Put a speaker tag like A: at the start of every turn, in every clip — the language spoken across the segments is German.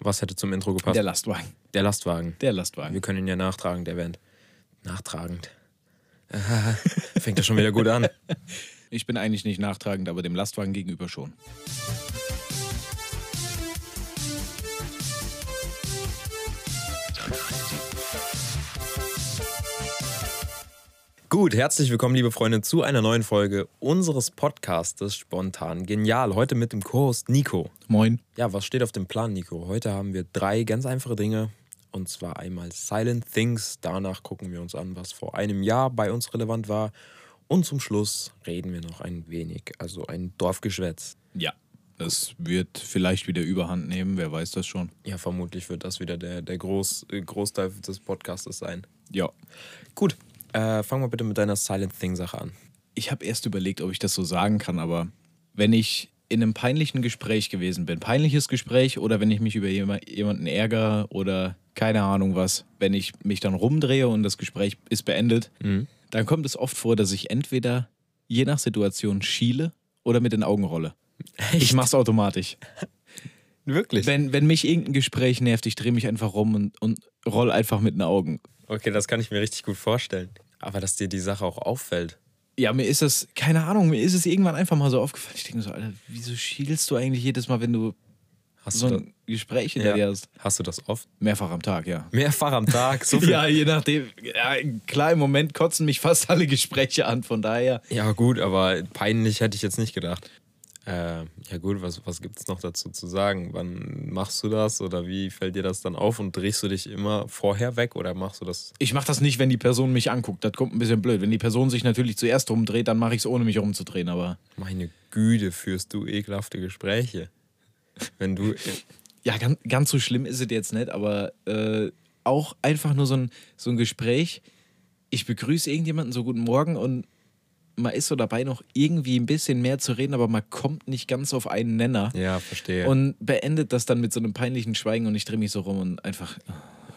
A: Was hätte zum Intro gepasst? Der,
B: Der Lastwagen.
A: Lastwagen.
B: Der Lastwagen.
A: Wir können ihn ja nachtragen, der Band. Nachtragend. Ah, fängt das schon wieder gut an.
B: Ich bin eigentlich nicht nachtragend, aber dem Lastwagen gegenüber schon.
A: Gut, herzlich willkommen, liebe Freunde, zu einer neuen Folge unseres Podcastes Spontan Genial. Heute mit dem Co-Host Nico.
B: Moin.
A: Ja, was steht auf dem Plan, Nico? Heute haben wir drei ganz einfache Dinge. Und zwar einmal Silent Things. Danach gucken wir uns an, was vor einem Jahr bei uns relevant war. Und zum Schluss reden wir noch ein wenig, also ein Dorfgeschwätz.
B: Ja. Das wird vielleicht wieder überhand nehmen, wer weiß das schon.
A: Ja, vermutlich wird das wieder der, der Groß, äh, Großteil des Podcastes sein.
B: Ja.
A: Gut, äh, fangen wir bitte mit deiner Silent Thing-Sache an.
B: Ich habe erst überlegt, ob ich das so sagen kann, aber wenn ich in einem peinlichen Gespräch gewesen bin, peinliches Gespräch oder wenn ich mich über jema- jemanden ärgere oder keine Ahnung was, wenn ich mich dann rumdrehe und das Gespräch ist beendet, dann kommt es oft vor, dass ich entweder je nach Situation schiele oder mit den Augen rolle. Ich mach's automatisch.
A: Wirklich?
B: Wenn, wenn mich irgendein Gespräch nervt, ich drehe mich einfach rum und, und roll einfach mit den Augen.
A: Okay, das kann ich mir richtig gut vorstellen. Aber dass dir die Sache auch auffällt.
B: Ja, mir ist das, keine Ahnung, mir ist es irgendwann einfach mal so aufgefallen. Ich denke so, Alter, wieso schielst du eigentlich jedes Mal, wenn du
A: Hast,
B: so
A: du,
B: ein Gespräch hinter
A: das,
B: dir
A: ja.
B: hast?
A: hast du das oft?
B: Mehrfach am Tag, ja.
A: Mehrfach am Tag, so viel
B: Ja, je nachdem. Ja, klar, im Moment kotzen mich fast alle Gespräche an, von daher.
A: Ja, gut, aber peinlich hätte ich jetzt nicht gedacht. Äh, ja, gut, was, was gibt es noch dazu zu sagen? Wann machst du das oder wie fällt dir das dann auf und drehst du dich immer vorher weg oder machst du das?
B: Ich mache das nicht, wenn die Person mich anguckt. Das kommt ein bisschen blöd. Wenn die Person sich natürlich zuerst rumdreht, dann mache ich es ohne mich rumzudrehen. Aber
A: Meine Güte, führst du ekelhafte Gespräche. Wenn du.
B: ja, ganz, ganz so schlimm ist es jetzt nicht, aber äh, auch einfach nur so ein, so ein Gespräch. Ich begrüße irgendjemanden so guten Morgen und man ist so dabei, noch irgendwie ein bisschen mehr zu reden, aber man kommt nicht ganz auf einen Nenner
A: Ja, verstehe.
B: und beendet das dann mit so einem peinlichen Schweigen und ich drehe mich so rum und einfach oh,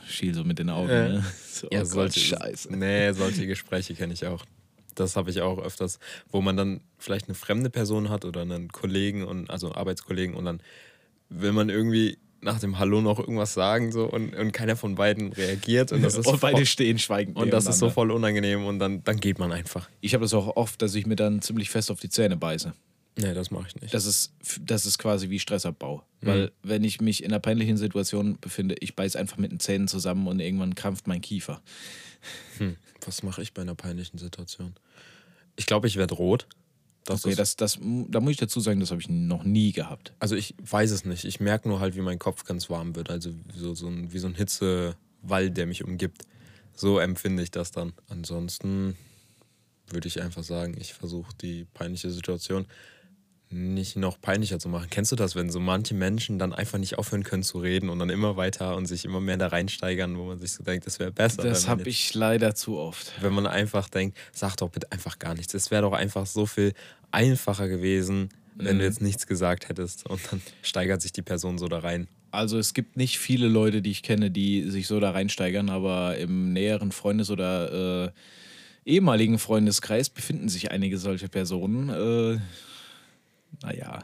B: schiel so mit den Augen.
A: Äh.
B: Ne? So,
A: ja,
B: oh Gott,
A: solche,
B: Scheiße.
A: Nee, solche Gespräche kenne ich auch. Das habe ich auch öfters, wo man dann vielleicht eine fremde Person hat oder einen Kollegen und also einen Arbeitskollegen und dann will man irgendwie nach dem Hallo noch irgendwas sagen so und, und keiner von beiden reagiert und das ist
B: und Oh, beide
A: voll,
B: stehen schweigend.
A: und das ist so
B: nebeneinander.
A: voll unangenehm und dann, dann geht man einfach.
B: Ich habe das auch oft, dass ich mir dann ziemlich fest auf die Zähne beiße.
A: Nee, das mache ich nicht.
B: Das ist, das ist quasi wie Stressabbau.
A: Mhm.
B: Weil, wenn ich mich in einer peinlichen Situation befinde, ich beiß einfach mit den Zähnen zusammen und irgendwann krampft mein Kiefer.
A: Hm, Was mache ich bei einer peinlichen Situation? Ich glaube, ich werde rot. Das
B: Okay,
A: ist,
B: das, das, da muss ich dazu sagen, das habe ich noch nie gehabt.
A: Also ich weiß es nicht. Ich merke nur halt, wie mein Kopf ganz warm wird. Also so, so ein, wie so ein Hitzewall, der mich umgibt. So empfinde ich das dann. Ansonsten würde ich einfach sagen, ich versuche die peinliche Situation nicht noch peinlicher zu machen. Kennst du das, wenn so manche Menschen dann einfach nicht aufhören können zu reden und dann immer weiter und sich immer mehr da reinsteigern, wo man sich so denkt, das wäre besser.
B: Das
A: wenn man
B: habe ich leider zu oft.
A: wenn man einfach denkt, sag doch bitte einfach gar nichts. Es wäre doch einfach so viel einfacher gewesen, wenn du jetzt nichts gesagt hättest. Und dann steigert sich die Person so da rein.
B: Also, es gibt nicht viele Leute, die ich kenne, die sich so da reinsteigern, aber im näheren Freundes- oder äh, ehemaligen Freundeskreis befinden sich einige solche Personen. Äh, naja,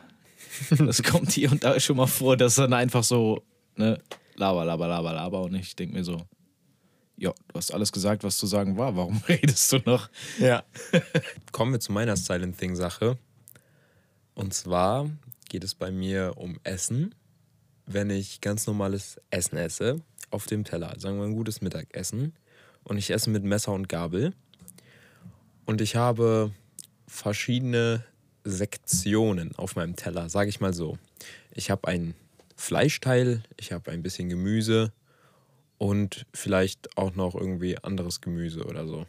B: das kommt hier und da schon mal vor, dass dann einfach so, ne, laber, laber, laber, laber. Und ich denke mir so, ja, du hast alles gesagt, was zu sagen war. Warum redest du noch?
A: Ja. Kommen wir zu meiner Silent Thing Sache. Und zwar geht es bei mir um Essen. Wenn ich ganz normales Essen esse, auf dem Teller, sagen wir ein gutes Mittagessen, und ich esse mit Messer und Gabel, und ich habe verschiedene Sektionen auf meinem Teller, sage ich mal so. Ich habe ein Fleischteil, ich habe ein bisschen Gemüse und vielleicht auch noch irgendwie anderes Gemüse oder so.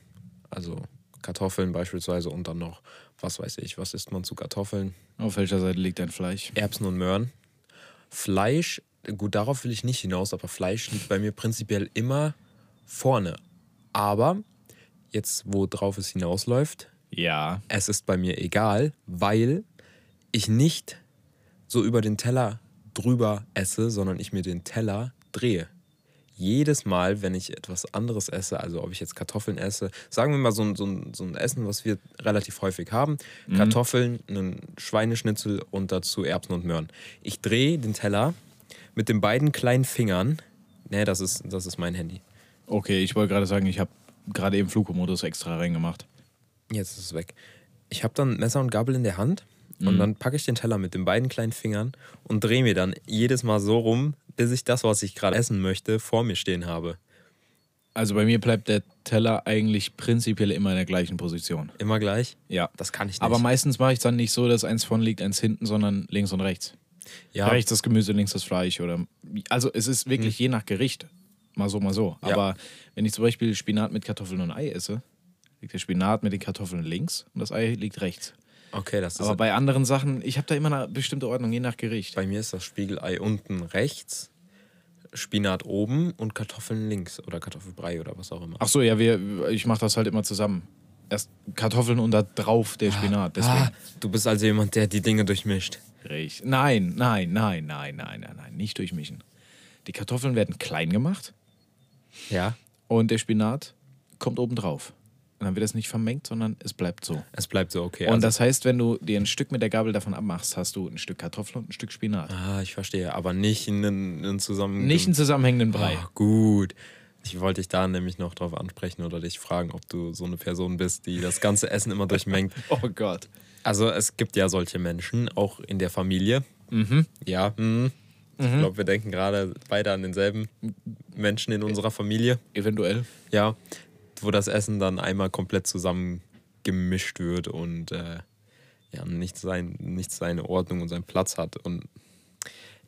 A: Also Kartoffeln beispielsweise und dann noch, was weiß ich, was isst man zu Kartoffeln?
B: Auf welcher Seite liegt dein Fleisch?
A: Erbsen und Möhren. Fleisch, gut, darauf will ich nicht hinaus, aber Fleisch liegt bei mir prinzipiell immer vorne. Aber jetzt, wo drauf es hinausläuft,
B: Ja.
A: es ist bei mir egal, weil ich nicht so über den Teller drüber esse, sondern ich mir den Teller drehe. Jedes Mal, wenn ich etwas anderes esse, also ob ich jetzt Kartoffeln esse, sagen wir mal so ein, so ein, so ein Essen, was wir relativ häufig haben, Kartoffeln, einen Schweineschnitzel und dazu Erbsen und Möhren. Ich drehe den Teller mit den beiden kleinen Fingern. Nee, das ist, das ist mein Handy.
B: Okay, ich wollte gerade sagen, ich habe gerade eben Flugmodus extra reingemacht.
A: Jetzt ist es weg. Ich habe dann Messer und Gabel in der Hand
B: Mhm.
A: und dann packe ich den Teller mit den beiden kleinen Fingern und drehe mir dann jedes Mal so rum, bis ich das, was ich gerade essen möchte, vor mir stehen habe.
B: Also bei mir bleibt der Teller eigentlich prinzipiell immer in der gleichen Position.
A: Immer gleich.
B: Ja.
A: Das kann ich nicht.
B: Aber meistens mache ich dann nicht so, dass eins vorne liegt, eins hinten, sondern links und rechts.
A: ja, Hm.
B: Rechts das Gemüse, links das Fleisch oder. Also es ist wirklich je nach Gericht. Mal so, mal so.
A: Ja.
B: Aber wenn ich zum Beispiel Spinat mit Kartoffeln und Ei esse, liegt der Spinat mit den Kartoffeln links und das Ei liegt rechts.
A: okay, das ist
B: Aber bei anderen Sachen, ich habe da immer eine bestimmte Ordnung, je nach Gericht.
A: Bei mir ist das Spiegelei unten rechts, Spinat oben und Kartoffeln links oder Kartoffelbrei oder was auch immer.
B: Ach so, ja, wir, ich mache das halt immer zusammen. Erst Kartoffeln und da drauf der Spinat. Deswegen.
A: Ah, du bist also jemand, der die Dinge durchmischt.
B: Richtig. Nein, nein, nein, nein, nein, nein, nein, nicht durchmischen. Die Kartoffeln werden klein gemacht
A: Ja.
B: und der Spinat kommt oben drauf. Und dann wird das nicht vermengt, sondern es bleibt so.
A: Es bleibt so okay.
B: Und
A: also,
B: das heißt, wenn du dir ein Stück mit der Gabel davon abmachst, hast du ein Stück Kartoffel und ein Stück Spinat.
A: ah, ich verstehe, aber nicht in den Zusammenhang.
B: Nicht einen zusammenhängenden Brei.
A: Ah, gut. Ich wollte dich da nämlich noch drauf ansprechen oder dich fragen, ob du so eine Person bist, die das ganze Essen immer durchmengt.
B: Oh Gott.
A: Also es gibt ja solche Menschen, auch in der Familie. Ja. mhm. Ich glaube, wir denken gerade beide an denselben Menschen in unserer Familie.
B: Eventuell.
A: Ja, wo das Essen dann einmal komplett zusammengemischt wird und äh, ja, nicht, sein, nicht seine Ordnung und seinen Platz hat. Und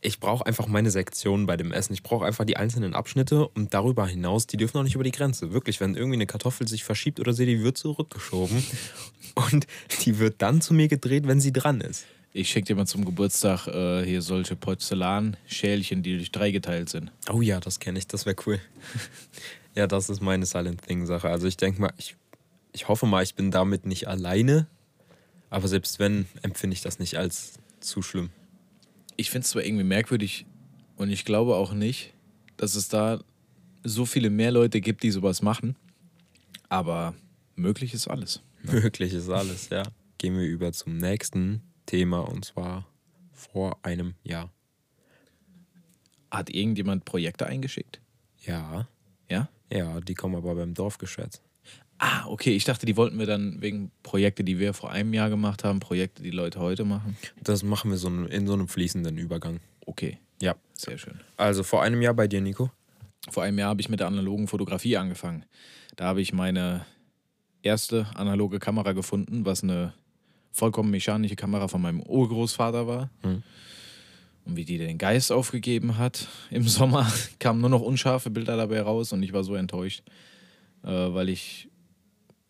A: ich brauche einfach meine Sektion bei dem Essen. Ich brauche einfach die einzelnen Abschnitte und darüber hinaus, die dürfen auch nicht über die Grenze. Wirklich, wenn irgendwie eine Kartoffel sich verschiebt oder sie, die wird zurückgeschoben und die wird dann zu mir gedreht, wenn sie dran ist.
B: Ich schicke dir mal zum Geburtstag äh, hier solche Porzellanschälchen, die durch drei geteilt sind.
A: Oh ja, das kenne ich, das wäre cool. ja, das ist meine Silent Thing-Sache. Also ich denke mal, ich, ich hoffe mal, ich bin damit nicht alleine. Aber selbst wenn, empfinde ich das nicht als zu schlimm.
B: ich finde es zwar irgendwie merkwürdig und ich glaube auch nicht, dass es da so viele mehr Leute gibt, die sowas machen, aber möglich ist alles.
A: Möglich ist alles, ja. Gehen wir über zum nächsten Thema und zwar vor einem Jahr.
B: Hat irgendjemand Projekte eingeschickt?
A: Ja,
B: Ja?
A: ja, die kommen aber beim Dorfgeschwätz.
B: Ah, okay, ich dachte, die wollten wir dann wegen Projekte, die wir vor einem Jahr gemacht haben, Projekte, die Leute heute machen.
A: Das machen wir so in in so einem fließenden Übergang.
B: Okay,
A: Ja,
B: sehr schön.
A: also vor einem Jahr bei dir, Nico.
B: Vor einem Jahr habe ich mit der analogen Fotografie angefangen. Da habe ich meine erste analoge Kamera gefunden, was eine vollkommen mechanische Kamera von meinem Urgroßvater war.
A: Mhm.
B: Und wie die den Geist aufgegeben hat im Sommer, kamen nur noch unscharfe Bilder dabei raus und ich war so enttäuscht, äh, weil ich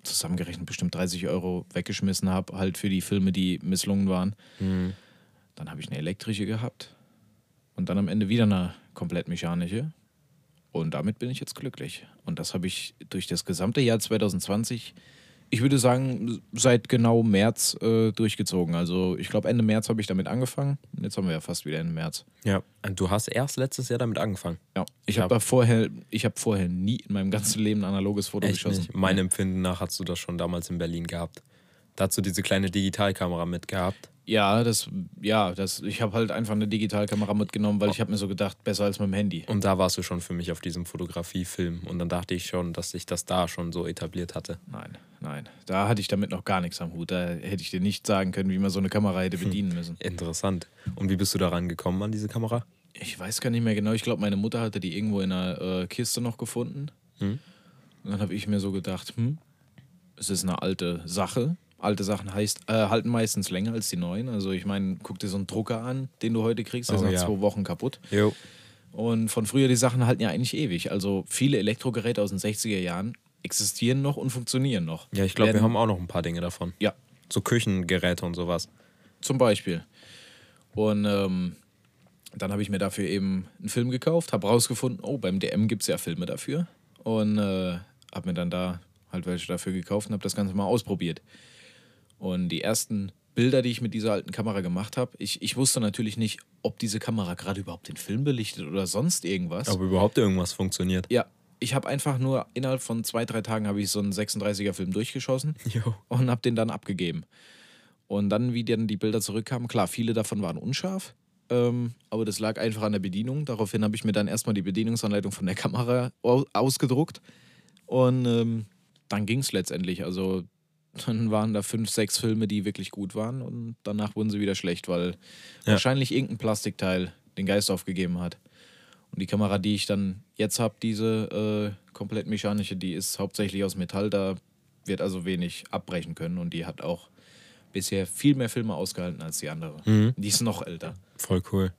B: zusammengerechnet bestimmt 30 Euro weggeschmissen habe, halt für die Filme, die misslungen waren. Dann habe ich eine elektrische gehabt und dann am Ende wieder eine komplett mechanische. Und damit bin ich jetzt glücklich. Und das habe ich durch das gesamte Jahr 2020, ich würde sagen, seit genau März äh, durchgezogen. Also ich glaube, Ende März habe ich damit angefangen. Und jetzt haben wir ja fast wieder Ende März.
A: Ja, und du hast erst letztes Jahr damit angefangen.
B: Ja, ich
A: Ja.
B: habe da vorher, ich habe vorher nie in meinem ganzen Leben ein analoges Foto
A: Echt
B: geschossen.
A: nicht. Meinem Empfinden nach hast du das schon damals in Berlin gehabt. Dazu diese kleine Digitalkamera mitgehabt.
B: Ja, das, ja, das, ich habe halt einfach eine Digitalkamera mitgenommen, weil ich habe mir so gedacht, besser als mit dem Handy.
A: Und da warst du schon für mich auf diesem Fotografiefilm. Und dann dachte ich schon, dass ich das da schon so etabliert hatte.
B: Nein, nein. Da hatte ich damit noch gar nichts am Hut. Da hätte ich dir nicht sagen können, wie man so eine Kamera hätte bedienen müssen.
A: Interessant. Und wie bist du daran gekommen an diese Kamera?
B: Ich weiß gar nicht mehr genau. Ich glaube, meine Mutter hatte die irgendwo in einer äh, Kiste noch gefunden.
A: Hm.
B: Und dann habe ich mir so gedacht, hm, es ist eine alte Sache. Alte Sachen heißt, äh, halten meistens länger als die neuen. Also ich meine, guck dir so einen Drucker an, den du heute kriegst, der ist
A: Oh
B: nach
A: ja.
B: zwei Wochen kaputt.
A: Jo.
B: Und von früher, die Sachen halten ja eigentlich ewig. Also viele Elektrogeräte aus den 60er Jahren existieren noch und funktionieren noch.
A: Ja, ich glaube, wir
B: Werden-
A: haben auch noch ein paar Dinge davon.
B: Ja,
A: So Küchengeräte und sowas.
B: Zum Beispiel. Und ähm, dann habe ich mir dafür eben einen Film gekauft, habe rausgefunden, oh, beim DM gibt es ja Filme dafür. Und äh, habe mir dann da halt welche dafür gekauft und habe das Ganze mal ausprobiert. Und die ersten Bilder, die ich mit dieser alten Kamera gemacht habe, ich, ich wusste natürlich nicht, ob diese Kamera gerade überhaupt den Film belichtet oder sonst irgendwas.
A: Ob überhaupt irgendwas funktioniert.
B: ja, ich habe einfach nur innerhalb von zwei, drei Tagen habe ich so einen 36er-Film durchgeschossen
A: Jo.
B: und habe den dann abgegeben. Und dann, wie dann die Bilder zurückkamen, klar, viele davon waren unscharf, Ähm, aber das lag einfach an der Bedienung. Daraufhin habe ich mir dann erstmal die Bedienungsanleitung von der Kamera au- ausgedruckt. Und ähm, dann ging es letztendlich. Also dann waren da fünf, sechs Filme, die wirklich gut waren. Und danach wurden sie wieder schlecht, weil
A: Ja.
B: wahrscheinlich irgendein Plastikteil den Geist aufgegeben hat. Und die Kamera, die ich dann jetzt habe, diese äh, komplett mechanische, die ist hauptsächlich aus Metall. Da wird also wenig abbrechen können. Und die hat auch bisher viel mehr Filme ausgehalten als die andere.
A: Mhm.
B: Die ist noch älter.
A: Voll cool.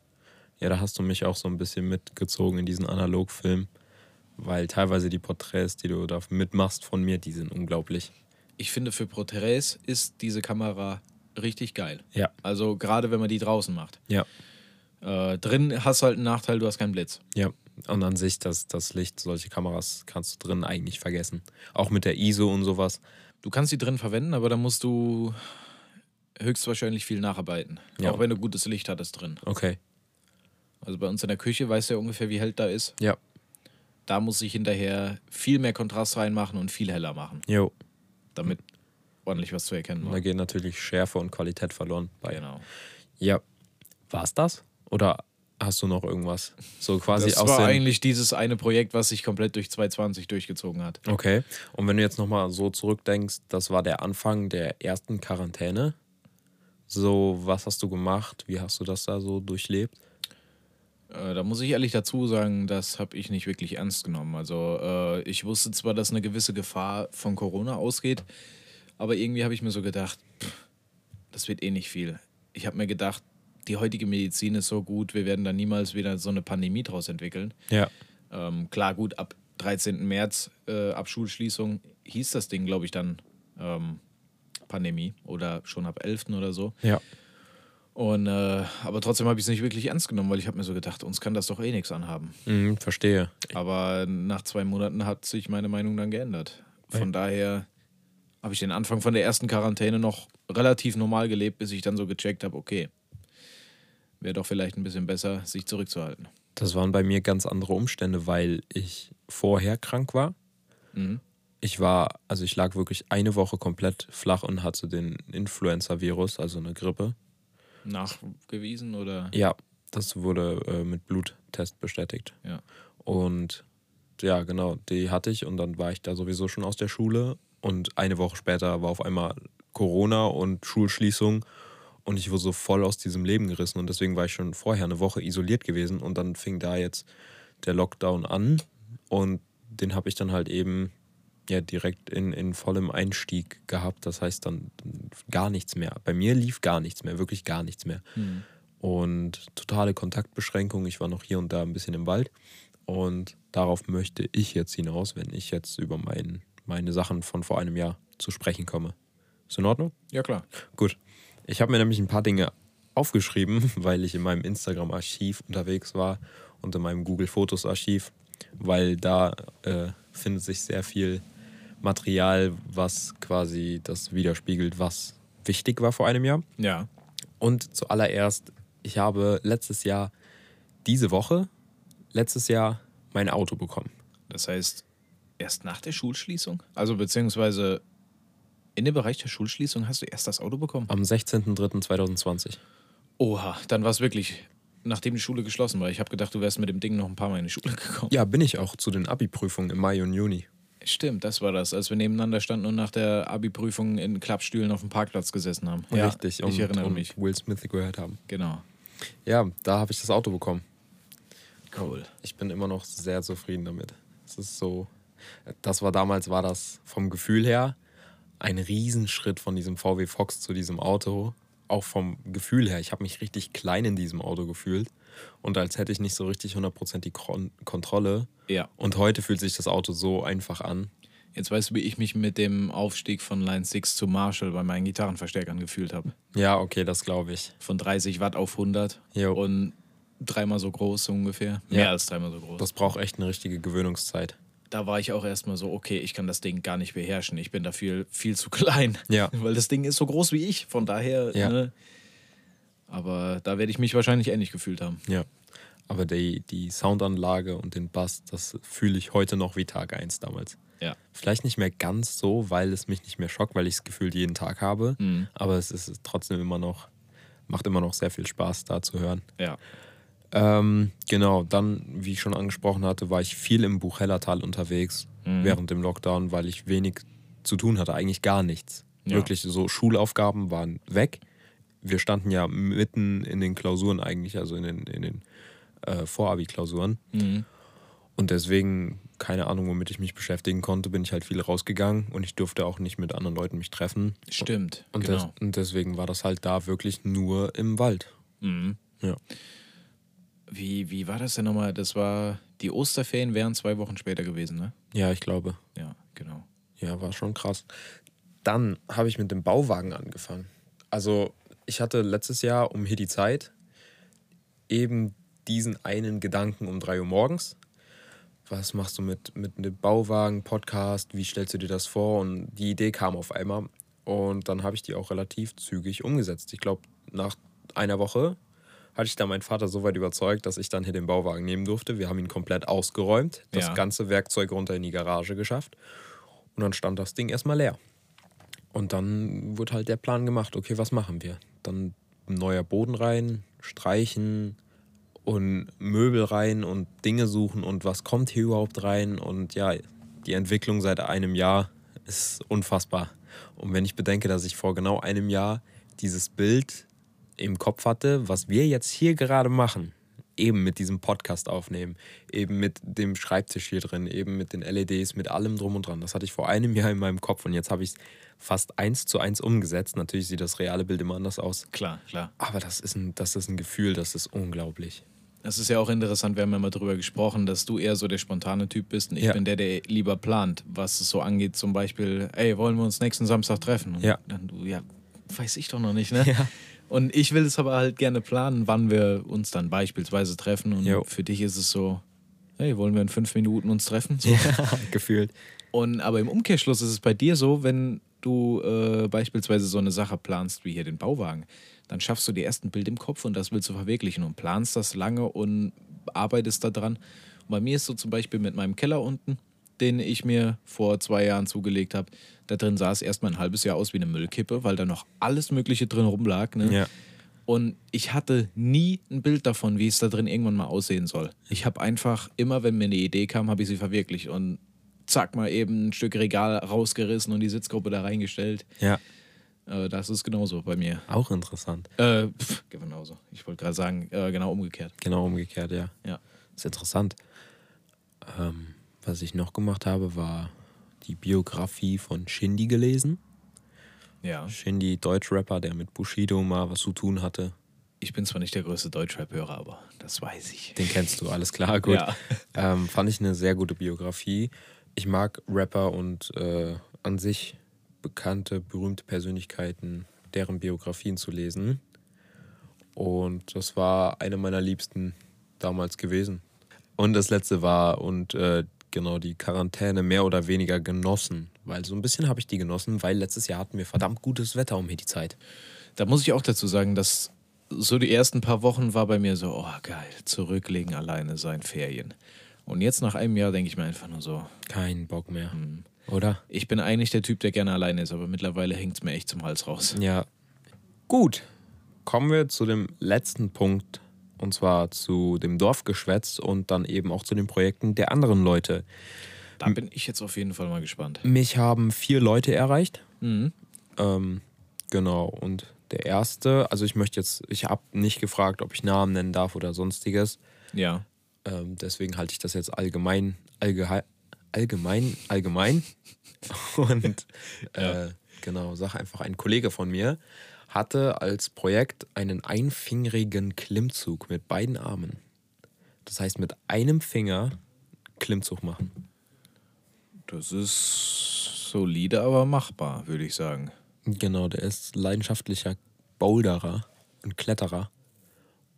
A: Ja, da hast du mich auch so ein bisschen mitgezogen in diesen Analogfilm, weil teilweise die Porträts, die du da mitmachst von mir, die sind unglaublich.
B: Ich finde, für Porträts ist diese Kamera richtig geil.
A: Ja.
B: Also gerade wenn man die draußen macht.
A: Ja.
B: Äh, drin hast du halt einen Nachteil, du hast keinen Blitz.
A: Ja. Und an sich, das, das Licht, solche Kameras kannst du drin eigentlich vergessen. Auch mit der ISO und sowas.
B: Du kannst die drin verwenden, aber da musst du höchstwahrscheinlich viel nacharbeiten.
A: Ja.
B: Auch wenn du gutes Licht hattest drin.
A: Okay.
B: Also bei uns in der Küche weißt du ja ungefähr, wie hell da ist.
A: Ja.
B: Da muss ich hinterher viel mehr Kontrast reinmachen und viel heller machen,
A: Jo.
B: damit ordentlich was zu erkennen
A: Und
B: war.
A: da geht natürlich Schärfe und Qualität verloren. Bei.
B: Genau.
A: Ja. War's das? Oder hast du noch irgendwas? So quasi
B: Das
A: aus
B: war
A: den-
B: eigentlich dieses eine Projekt, was sich komplett durch 2020 durchgezogen hat.
A: Okay. Und wenn du jetzt nochmal so zurückdenkst, das war der Anfang der ersten Quarantäne. So, was hast du gemacht? Wie hast du das da so durchlebt?
B: Äh, Da muss ich ehrlich dazu sagen, das habe ich nicht wirklich ernst genommen. Also äh, ich wusste zwar, dass eine gewisse Gefahr von Corona ausgeht, aber irgendwie habe ich mir so gedacht, pff, das wird eh nicht viel. Ich habe mir gedacht, die heutige Medizin ist so gut, wir werden da niemals wieder so eine Pandemie draus entwickeln.
A: Ja.
B: Ähm, klar, gut, ab 13. März, äh, ab Schulschließung, hieß das Ding, glaube ich, dann ähm, Pandemie oder schon ab 11. oder so.
A: Ja.
B: Und, äh, aber trotzdem habe ich es nicht wirklich ernst genommen, weil ich habe mir so gedacht, uns kann das doch eh nichts anhaben.
A: Mhm, verstehe.
B: Aber nach zwei Monaten hat sich meine Meinung dann geändert. Von daher habe ich den Anfang von der ersten Quarantäne noch relativ normal gelebt, bis ich dann so gecheckt habe, okay, wäre doch vielleicht ein bisschen besser, sich zurückzuhalten.
A: Das waren bei mir ganz andere Umstände, weil ich vorher krank war.
B: Mhm.
A: Ich war, also ich lag wirklich eine Woche komplett flach und hatte den Influenza-Virus, also eine Grippe.
B: Nachgewiesen oder?
A: Ja, das wurde äh, mit Bluttest bestätigt.
B: Ja.
A: Und ja, genau, die hatte ich und dann war ich da sowieso schon aus der Schule und eine Woche später war auf einmal Corona und Schulschließung und ich wurde so voll aus diesem Leben gerissen und deswegen war ich schon vorher eine Woche isoliert gewesen und dann fing da jetzt der Lockdown an und den habe ich dann halt eben ja direkt in, in vollem Einstieg gehabt, das heißt dann gar nichts mehr. Bei mir lief gar nichts mehr, wirklich gar nichts mehr
B: Mhm.
A: und totale Kontaktbeschränkung. Ich war noch hier und da ein bisschen im Wald. Und darauf möchte ich jetzt hinaus, wenn ich jetzt über mein, meine Sachen von vor einem Jahr zu sprechen komme. Ist in Ordnung?
B: Ja klar.
A: Gut. Ich habe mir nämlich ein paar Dinge aufgeschrieben, weil ich in meinem Instagram-Archiv unterwegs war und in meinem Google-Fotos-Archiv, weil da äh, findet sich sehr viel Material, was quasi das widerspiegelt, was wichtig war vor einem Jahr.
B: Ja.
A: Und zuallererst, ich habe letztes Jahr, diese Woche, letztes Jahr mein Auto bekommen.
B: Das heißt, erst nach der Schulschließung? Also beziehungsweise in dem Bereich der Schulschließung hast du erst das Auto bekommen?
A: Am 16.03.2020.
B: Oha, dann war es wirklich, nachdem die Schule geschlossen war. Ich habe gedacht, du wärst mit dem Ding noch ein paar Mal in die Schule gekommen.
A: Ja, bin ich auch zu den Abi-Prüfungen im Mai und Juni.
B: Stimmt, das war das, als wir nebeneinander standen und nach der Abi-Prüfung in Klappstühlen auf dem Parkplatz gesessen haben.
A: Richtig.
B: ich erinnere
A: und
B: mich.
A: Will Smith gehört haben.
B: Genau.
A: Ja, da habe ich das Auto bekommen.
B: Cool.
A: Ich bin immer noch sehr zufrieden damit. Es ist so, das war damals, war das vom Gefühl her ein Riesenschritt von diesem VW Fox zu diesem Auto. Auch vom Gefühl her. Ich habe mich richtig klein in diesem Auto gefühlt und als hätte ich nicht so richtig 100% die Kron Kontrolle.
B: Ja,
A: Und heute fühlt sich das Auto so einfach an.
B: jetzt weißt du, wie ich mich mit dem Aufstieg von Line 6 zu Marshall bei meinen Gitarrenverstärkern gefühlt habe.
A: Ja, okay, das glaube ich.
B: Von 30 Watt auf 100
A: Jo.
B: und dreimal so groß so ungefähr.
A: Ja.
B: Mehr als dreimal so groß.
A: Das braucht echt eine richtige Gewöhnungszeit.
B: da war ich auch erstmal so, okay, ich kann das Ding gar nicht beherrschen. Ich bin da viel, viel zu klein.
A: Ja.
B: Weil das Ding ist so groß wie ich. Von daher,
A: Ja.
B: ne? Aber da werde ich mich wahrscheinlich ähnlich gefühlt haben.
A: Ja. Aber die, die Soundanlage und den Bass, das fühle ich heute noch wie Tag 1 damals.
B: Ja.
A: Vielleicht nicht mehr ganz so, weil es mich nicht mehr schockt, weil ich es gefühlt jeden Tag habe.
B: Mhm.
A: Aber es ist trotzdem immer noch Macht immer noch sehr viel Spaß, da zu hören.
B: Ja.
A: Ähm, genau, dann, wie ich schon angesprochen hatte, war ich viel im Buchhellertal unterwegs
B: Mhm.
A: während dem Lockdown, weil ich wenig zu tun hatte, eigentlich gar nichts.
B: Ja.
A: Wirklich so Schulaufgaben waren weg. Wir standen ja mitten in den Klausuren eigentlich, also in den, in den äh, Vorabi-Klausuren.
B: Mhm.
A: Und deswegen, keine Ahnung, womit ich mich beschäftigen konnte, bin ich halt viel rausgegangen und ich durfte auch nicht mit anderen Leuten mich treffen.
B: Stimmt.
A: Und,
B: genau.
A: des, und deswegen war das halt da wirklich nur im Wald.
B: Mhm.
A: Ja.
B: Wie, wie war das denn nochmal? Das war, die Osterferien wären zwei Wochen später gewesen, ne?
A: Ja, ich glaube.
B: Ja, genau.
A: Ja, war schon krass. Dann habe ich mit dem Bauwagen angefangen. Also, ich hatte letztes Jahr um hier die Zeit eben diesen einen Gedanken um 3 Uhr morgens. Was machst du mit, mit dem Bauwagen, Podcast? Wie stellst du dir das vor? Und die Idee kam auf einmal. Und dann habe ich die auch relativ zügig umgesetzt. Ich glaube, nach einer Woche hatte ich da meinen Vater so weit überzeugt, dass ich dann hier den Bauwagen nehmen durfte. Wir haben ihn komplett ausgeräumt, das
B: Ja.
A: ganze Werkzeug runter in die Garage geschafft. Und dann stand das Ding erstmal leer. Und dann wurde halt der Plan gemacht, okay, was machen wir? Dann neuer Boden rein, streichen und Möbel rein und Dinge suchen und was kommt hier überhaupt rein. Und ja, die Entwicklung seit einem Jahr ist unfassbar. Und wenn ich bedenke, dass ich vor genau einem Jahr dieses Bild im Kopf hatte, was wir jetzt hier gerade machen, eben mit diesem Podcast aufnehmen, eben mit dem Schreibtisch hier drin, eben mit den LEDs, mit allem drum und dran. Das hatte ich vor einem Jahr in meinem Kopf und jetzt habe ich es fast eins zu eins umgesetzt. Natürlich sieht das reale Bild immer anders aus.
B: Klar, klar.
A: Aber das ist ein, das ist ein Gefühl, das ist unglaublich.
B: Das ist ja auch interessant, wir haben ja mal drüber gesprochen, dass du eher so der spontane Typ bist und ich
A: Ja.
B: bin der, der lieber plant, was es so angeht. Zum Beispiel, ey, wollen wir uns nächsten Samstag treffen? Und
A: Ja.
B: Dann du, ja, weiß ich doch noch nicht, ne?
A: Ja.
B: Und ich will es aber halt gerne planen, wann wir uns dann beispielsweise treffen. Und
A: Jo.
B: für dich ist es so, hey, wollen wir in fünf Minuten uns treffen? So.
A: Gefühlt.
B: Und aber im Umkehrschluss ist es bei dir so, wenn du äh, beispielsweise so eine Sache planst wie hier den Bauwagen, dann schaffst du dir erst ein Bild im Kopf und das willst du verwirklichen und planst das lange und arbeitest daran. Und bei mir ist so zum Beispiel mit meinem Keller unten, den ich mir vor zwei Jahren zugelegt habe, da drin sah es erstmal ein halbes Jahr aus wie eine Müllkippe, weil da noch alles Mögliche drin rumlag. Ne?
A: Ja.
B: Und ich hatte nie ein Bild davon, wie es da drin irgendwann mal aussehen soll. Ich habe einfach, immer wenn mir eine Idee kam, habe ich sie verwirklicht und zack, mal eben ein Stück Regal rausgerissen und die Sitzgruppe da reingestellt.
A: Ja.
B: Äh, das ist genauso bei mir.
A: Auch interessant.
B: Äh, pf, genauso. Ich wollte gerade sagen, äh, genau umgekehrt.
A: Genau umgekehrt, ja.
B: Ja.
A: Ist interessant. Ähm, was ich noch gemacht habe, war die Biografie von Shindy gelesen.
B: Ja.
A: Shindy, Deutschrapper, der mit Bushido mal was zu tun hatte.
B: Ich bin zwar nicht der größte Deutschrap-Hörer, aber das weiß ich.
A: Den kennst du, alles klar, gut.
B: Ja.
A: Ähm, fand ich eine sehr gute Biografie. Ich mag Rapper und äh, an sich bekannte, berühmte Persönlichkeiten, deren Biografien zu lesen. Und das war eine meiner Liebsten damals gewesen. Und das letzte war, und äh, genau, die Quarantäne mehr oder weniger genossen. Weil so ein bisschen habe ich die genossen, weil letztes Jahr hatten wir verdammt gutes Wetter um hier die Zeit.
B: Da muss ich auch dazu sagen, dass so die ersten paar Wochen war bei mir so, oh geil, zurücklegen, alleine sein, Ferien. Und jetzt nach einem Jahr denke ich mir einfach nur so,
A: Kein Bock mehr. Oder?
B: Ich bin eigentlich der Typ, der gerne alleine ist, aber mittlerweile hängt es mir echt zum Hals raus.
A: Ja. Gut. Kommen wir zu dem letzten Punkt und zwar zu dem Dorfgeschwätz und dann eben auch zu den Projekten der anderen Leute.
B: Da bin ich jetzt auf jeden Fall mal gespannt.
A: Mich haben vier Leute erreicht.
B: Mhm.
A: Ähm, genau. Und der erste, also ich möchte jetzt, ich habe nicht gefragt, ob ich Namen nennen darf oder sonstiges.
B: Ja.
A: Ähm, deswegen halte ich das jetzt allgemein, allgehe- allgemein, allgemein. Und äh, genau, sag einfach, ein Kollege von mir hatte als Projekt einen einfingerigen Klimmzug mit beiden Armen. Das heißt, mit einem Finger Klimmzug machen.
B: Das ist solide, aber machbar, würde ich sagen.
A: Genau, der ist leidenschaftlicher Boulderer und Kletterer.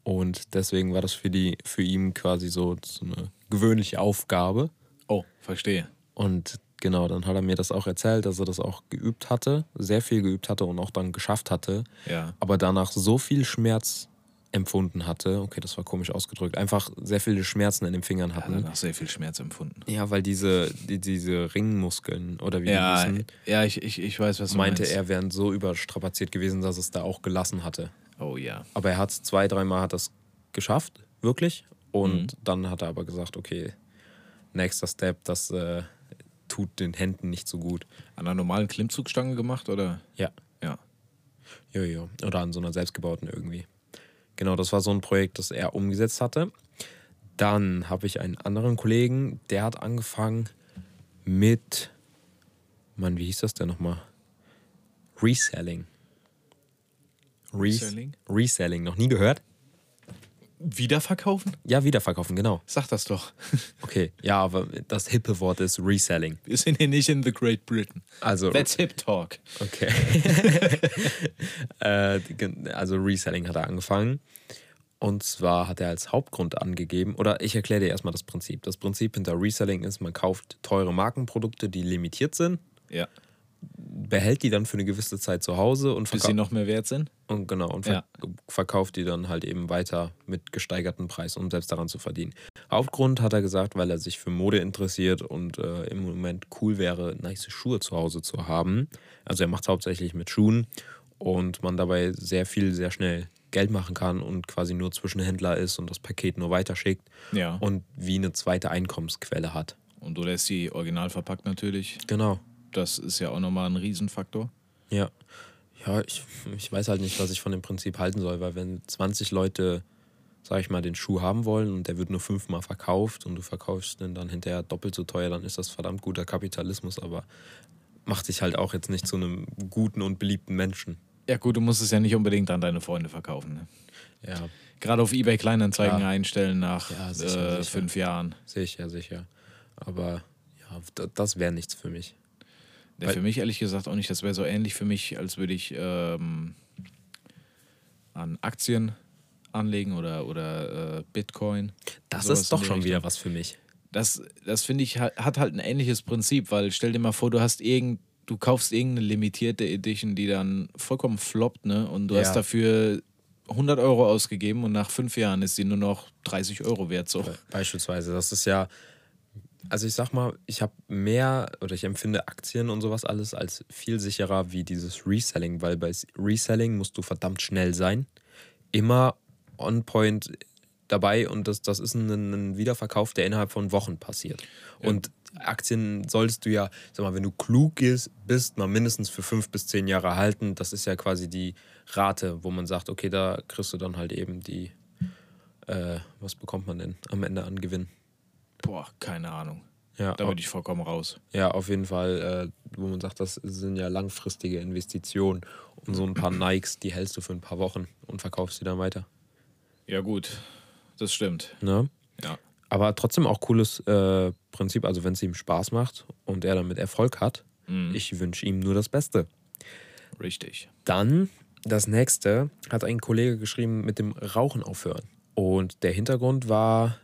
A: Und deswegen war das für, die, für ihn quasi so, so eine gewöhnliche Aufgabe.
B: Oh, verstehe.
A: Und genau, dann hat er mir das auch erzählt, dass er das auch geübt hatte, sehr viel geübt hatte und auch dann geschafft hatte,
B: Ja.
A: aber danach so viel Schmerz empfunden hatte, okay, das war komisch ausgedrückt, einfach sehr viele Schmerzen in den Fingern
B: Hat
A: hatten.
B: danach sehr viel Schmerz empfunden.
A: Ja, weil diese, die, diese Ringmuskeln oder wie
B: Ja,
A: die hießen,
B: ja ich, ich, ich weiß, was du
A: meinte
B: meinst.
A: er, wären so überstrapaziert gewesen, dass es da auch gelassen hatte.
B: Oh ja.
A: Aber er hat es zwei, dreimal hat das geschafft, wirklich.
B: Mhm.
A: Und dann hat er aber gesagt, okay, nächster Step, das äh, tut den Händen nicht so gut.
B: An einer normalen Klimmzugstange gemacht oder?
A: Ja.
B: Ja.
A: Jojo. Oder an so einer selbstgebauten irgendwie. Genau, das war so ein Projekt, das er umgesetzt hatte. Dann habe ich einen anderen Kollegen, der hat angefangen mit, Mann, wie hieß das denn nochmal? Reselling. Res
B: Reselling?
A: Reselling, noch nie gehört?
B: Wiederverkaufen?
A: Ja, wiederverkaufen, genau.
B: Sag das doch.
A: Okay, ja, aber das hippe Wort ist Reselling.
B: Wir sind hier nicht in the Great Britain.
A: Also,
B: That's Hip Talk.
A: Okay. äh, gen- also Reselling hat er angefangen. Und zwar hat er als Hauptgrund angegeben, oder ich erkläre dir erstmal das Prinzip. Das Prinzip hinter Reselling ist, man kauft teure Markenprodukte, die limitiert sind,
B: Ja.
A: behält die dann für eine gewisse Zeit zu Hause und,
B: Bis sie
A: verkau
B: noch mehr wert sind?
A: und, genau, und ver verkauft die dann halt eben weiter mit gesteigertem Preis, um selbst daran zu verdienen. Hauptgrund hat er gesagt, weil er sich für Mode interessiert und äh, im Moment cool wäre, nice Schuhe zu Hause zu haben. Also er macht es hauptsächlich mit Schuhen und man dabei sehr viel, sehr schnell Geld machen kann und quasi nur Zwischenhändler ist und das Paket nur weiterschickt
B: Ja. Und,
A: und wie eine zweite Einkommensquelle hat.
B: du lässt sie original verpackt natürlich.
A: Genau.
B: Das ist ja auch nochmal ein Riesenfaktor.
A: Ja. Ja, ich, ich weiß halt nicht, was ich von dem Prinzip halten soll, weil wenn 20 Leute, sag ich mal, den Schuh haben wollen und der wird nur fünfmal verkauft und du verkaufst den dann hinterher doppelt so teuer, dann ist das verdammt guter Kapitalismus, aber macht dich halt auch jetzt nicht zu einem guten und beliebten Menschen.
B: Ja gut, du musst es ja nicht unbedingt an deine Freunde verkaufen. Ne?
A: Ja,
B: Gerade auf eBay Kleinanzeigen
A: Klar.
B: einstellen nach
A: Ja, sicher,
B: äh,
A: sicher.
B: fünf Jahren.
A: sicher, sicher. Aber ja, d- das wäre nichts für mich.
B: Ja,
A: Weil-
B: für mich ehrlich gesagt auch nicht. Das wäre so ähnlich für mich, als würde ich ähm, an Aktien anlegen oder, oder äh, Bitcoin.
A: Das
B: Sowas
A: ist
B: in
A: doch
B: die
A: schon wieder was für mich.
B: Das, das finde ich, ha- hat halt ein ähnliches Prinzip, weil stell dir mal vor, du hast irgend, du kaufst irgendeine limitierte Edition, die dann vollkommen floppt, ne? Und du
A: Ja.
B: hast dafür 100 Euro ausgegeben und nach fünf Jahren ist sie nur noch 30 Euro wert. So.
A: Beispielsweise, das ist ja, also ich sag mal, ich habe mehr oder ich empfinde Aktien und sowas alles als viel sicherer wie dieses Reselling, weil bei S- Reselling musst du verdammt schnell sein, immer on point dabei und das, das ist ein, ein Wiederverkauf, der innerhalb von Wochen passiert. Und Aktien sollst du ja, sag mal, wenn du klug gehst, bist, mal mindestens für fünf bis zehn Jahre halten. Das ist ja quasi die Rate, wo man sagt, okay, da kriegst du dann halt eben die, äh, was bekommt man denn am Ende an Gewinn?
B: Boah, keine Ahnung.
A: Ja,
B: Da bin ich vollkommen raus.
A: ja, auf jeden Fall, äh, wo man sagt, das sind ja langfristige Investitionen. Und so ein paar Nikes, die hältst du für ein paar Wochen und verkaufst sie dann weiter.
B: Ja, gut. Das stimmt.
A: Ne?
B: Ja.
A: Aber trotzdem auch cooles äh, Prinzip. Also, wenn es ihm Spaß macht und er damit Erfolg hat, ich wünsche ihm nur das Beste.
B: Richtig.
A: Dann das nächste hat ein Kollege geschrieben mit dem Rauchen aufhören. Und der Hintergrund war,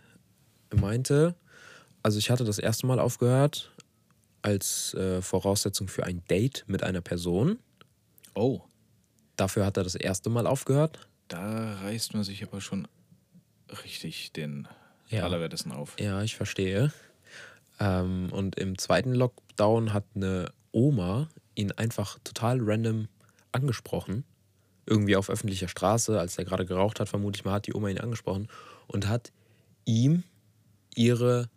A: er meinte, also ich hatte das erste Mal aufgehört als äh, Voraussetzung für ein Date mit einer Person.
B: Oh,
A: Dafür hat er das erste Mal aufgehört.
B: da reißt man sich aber schon richtig den
A: Ja.
B: Allerwertesten auf.
A: Ja, ich verstehe. Ähm, und im zweiten Lockdown hat eine Oma ihn einfach total random angesprochen. Irgendwie auf öffentlicher Straße, als er gerade geraucht hat, vermute ich mal, hat die Oma ihn angesprochen und hat ihm ihre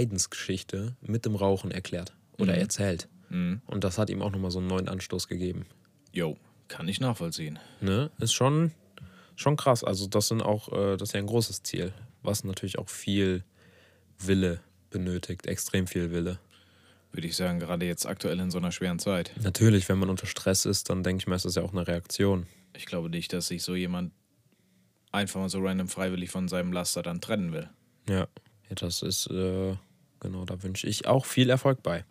A: Leidensgeschichte mit dem Rauchen erklärt oder erzählt.
B: Mhm.
A: Und das hat ihm auch nochmal so einen neuen Anstoß gegeben.
B: Jo, kann ich nachvollziehen.
A: Ne? Ist schon, schon krass. Also, das sind auch, äh, das ist ja ein großes Ziel, was natürlich auch viel Wille benötigt, extrem viel Wille.
B: Würde ich sagen, gerade jetzt aktuell in so einer schweren Zeit.
A: Natürlich, wenn man unter Stress ist, dann denke ich mir, ist das ja auch eine Reaktion.
B: Ich glaube nicht, dass sich so jemand einfach mal so random freiwillig von seinem Laster dann trennen will.
A: Ja. ja das ist, äh, genau, da wünsche ich auch viel Erfolg bei.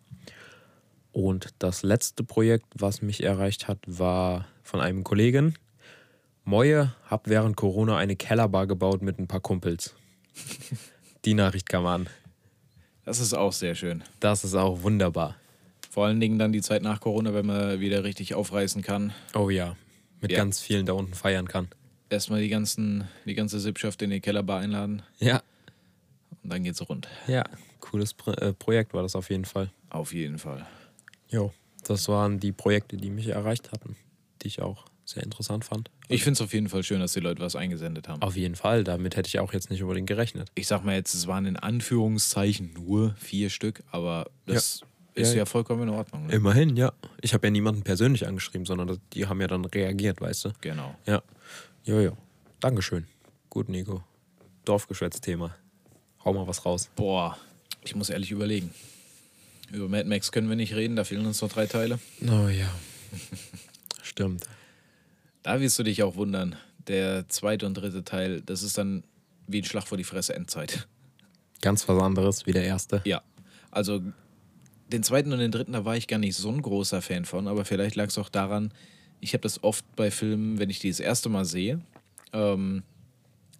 A: Und das letzte Projekt, was mich erreicht hat, war von einem Kollegen. Moje, hab während Corona eine Kellerbar gebaut mit ein paar Kumpels. Die Nachricht kam an.
B: Das ist auch sehr schön.
A: Das ist auch wunderbar.
B: Vor allen Dingen dann die Zeit nach Corona, wenn man wieder richtig aufreißen kann.
A: Oh ja, mit
B: Ja.
A: ganz vielen da unten feiern kann.
B: Erstmal die, ganzen, die ganze Sippschaft in die Kellerbar einladen
A: Ja,
B: und dann geht's rund.
A: ja. Cooles Pro äh, Projekt war das auf jeden Fall.
B: Auf jeden Fall.
A: Jo. Das waren die Projekte, die mich erreicht hatten, die ich auch sehr interessant fand.
B: Ich finde es auf jeden Fall schön, dass die Leute was eingesendet haben.
A: Auf jeden Fall, damit hätte ich auch jetzt nicht unbedingt gerechnet.
B: Ich sag mal jetzt, es waren in Anführungszeichen nur vier Stück, aber das ist
A: Ja,
B: ja,
A: ja.
B: vollkommen in Ordnung. Ne?
A: Immerhin, ja. Ich habe ja niemanden persönlich angeschrieben, sondern das- die haben ja dann reagiert, weißt du.
B: Genau.
A: Ja. Jojo. Dankeschön. Gut, Nico. Dorfgeschwätz-Thema. Hau mal was raus.
B: Boah, ich muss ehrlich überlegen. Über Mad Max können wir nicht reden, da fehlen uns noch drei Teile.
A: Oh ja. Stimmt.
B: Da wirst du dich auch wundern. Der zweite und dritte Teil, das ist dann wie ein Schlag vor die Fresse Endzeit.
A: Ganz was anderes wie der erste.
B: Ja. Also den zweiten und den dritten, da war ich gar nicht so ein großer Fan von, aber vielleicht lag es auch daran, ich habe das oft bei Filmen, wenn ich die das erste Mal sehe, ähm,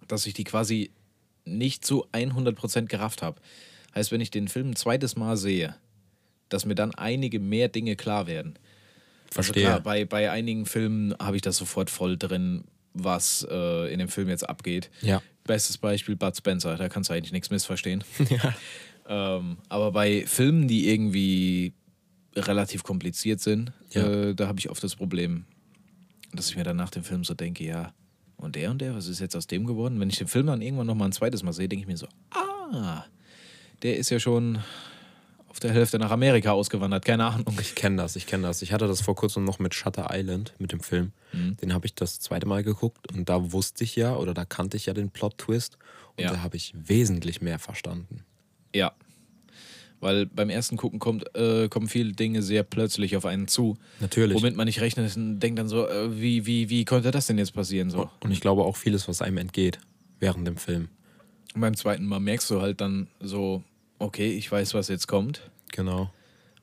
B: dass ich die quasi nicht zu 100% gerafft habe. Heißt, wenn ich den Film ein zweites Mal sehe, dass mir dann einige mehr Dinge klar werden.
A: Verstehe.
B: Also klar, bei, bei einigen Filmen habe ich das sofort voll drin, was äh, in dem Film jetzt abgeht.
A: Ja.
B: Bestes Beispiel Bud Spencer, da kannst du eigentlich nichts missverstehen.
A: ja.
B: Ähm, aber bei Filmen, die irgendwie relativ kompliziert sind,
A: Ja.
B: äh, da habe ich oft das Problem, dass ich mir dann nach dem Film so denke, ja, und der und der, was ist jetzt aus dem geworden? Wenn ich den Film dann irgendwann nochmal ein zweites Mal sehe, denke ich mir so, ah, der ist ja schon auf der Hälfte nach Amerika ausgewandert, keine Ahnung.
A: Ich kenne das, ich kenne das. Ich hatte das vor kurzem noch mit Shutter Island, mit dem Film. Den habe ich das zweite Mal geguckt und da wusste ich ja oder da kannte ich ja den Plot-Twist und
B: Ja.
A: da habe ich wesentlich mehr verstanden.
B: Ja. Weil beim ersten Gucken kommt, äh, kommen viele Dinge sehr plötzlich auf einen zu.
A: Natürlich.
B: Womit man nicht rechnet und denkt dann so, äh, wie, wie, wie konnte das denn jetzt passieren? So.
A: Und ich glaube auch vieles, was einem entgeht während dem Film.
B: Und beim zweiten Mal merkst du halt dann so, okay, ich weiß, was jetzt kommt.
A: Genau.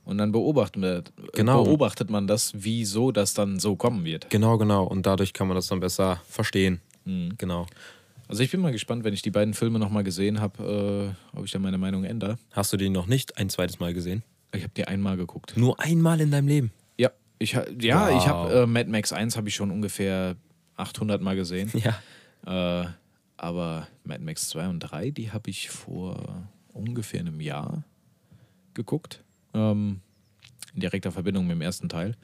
B: Und dann beobachtet man,
A: Genau.
B: beobachtet man das, wieso das dann so kommen wird.
A: Genau, genau. Und dadurch kann man das dann besser verstehen. Genau.
B: Also ich bin mal gespannt, wenn ich die beiden Filme nochmal gesehen habe, äh, ob ich dann meine Meinung ändere.
A: Hast du den noch nicht ein zweites Mal gesehen?
B: Ich habe die einmal geguckt.
A: Nur einmal in deinem Leben.
B: Ja, ich, ha- ja,
A: Wow.
B: ich habe äh, Mad Max 1 habe ich schon ungefähr 800 Mal gesehen.
A: Ja.
B: Äh, aber Mad Max 2 und 3, die habe ich vor ungefähr einem Jahr geguckt. Ähm, in direkter Verbindung mit dem ersten Teil.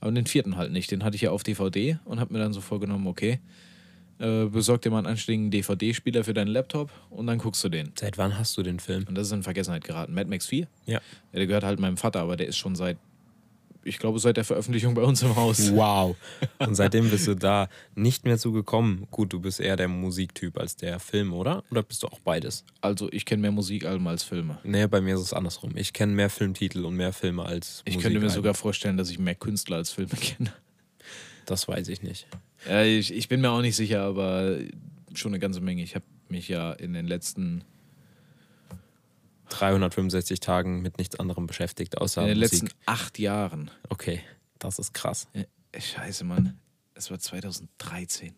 B: Aber den vierten halt nicht. Den hatte ich ja auf DVD und habe mir dann so vorgenommen, okay, äh, besorg dir mal einen anständigen DVD-Spieler für deinen Laptop und dann guckst du den.
A: Seit wann hast du den Film?
B: Und das ist in Vergessenheit geraten. Mad Max 4,
A: Ja.
B: ja, der gehört halt meinem Vater, aber der ist schon seit, ich glaube, seit der Veröffentlichung bei uns im Haus.
A: Wow. Und seitdem bist du da nicht mehr zugekommen. Gut, du bist eher der Musiktyp als der Film, oder? Oder bist du auch beides?
B: Also ich kenne mehr Musikalben als Filme.
A: Nee, bei mir ist es andersrum. Ich kenne mehr Filmtitel und mehr Filme als
B: Ich
A: Musik.
B: könnte mir sogar vorstellen, dass ich mehr Künstler als Filme kenne.
A: Das weiß ich nicht.
B: Ja, ich, ich bin mir auch nicht sicher, aber schon eine ganze Menge. Ich habe mich ja in den letzten,
A: 365 Tagen mit nichts anderem beschäftigt, außer
B: in den
A: Musik.
B: letzten acht Jahren.
A: okay, das ist krass.
B: Äh, Scheiße, Mann. Es war 2013.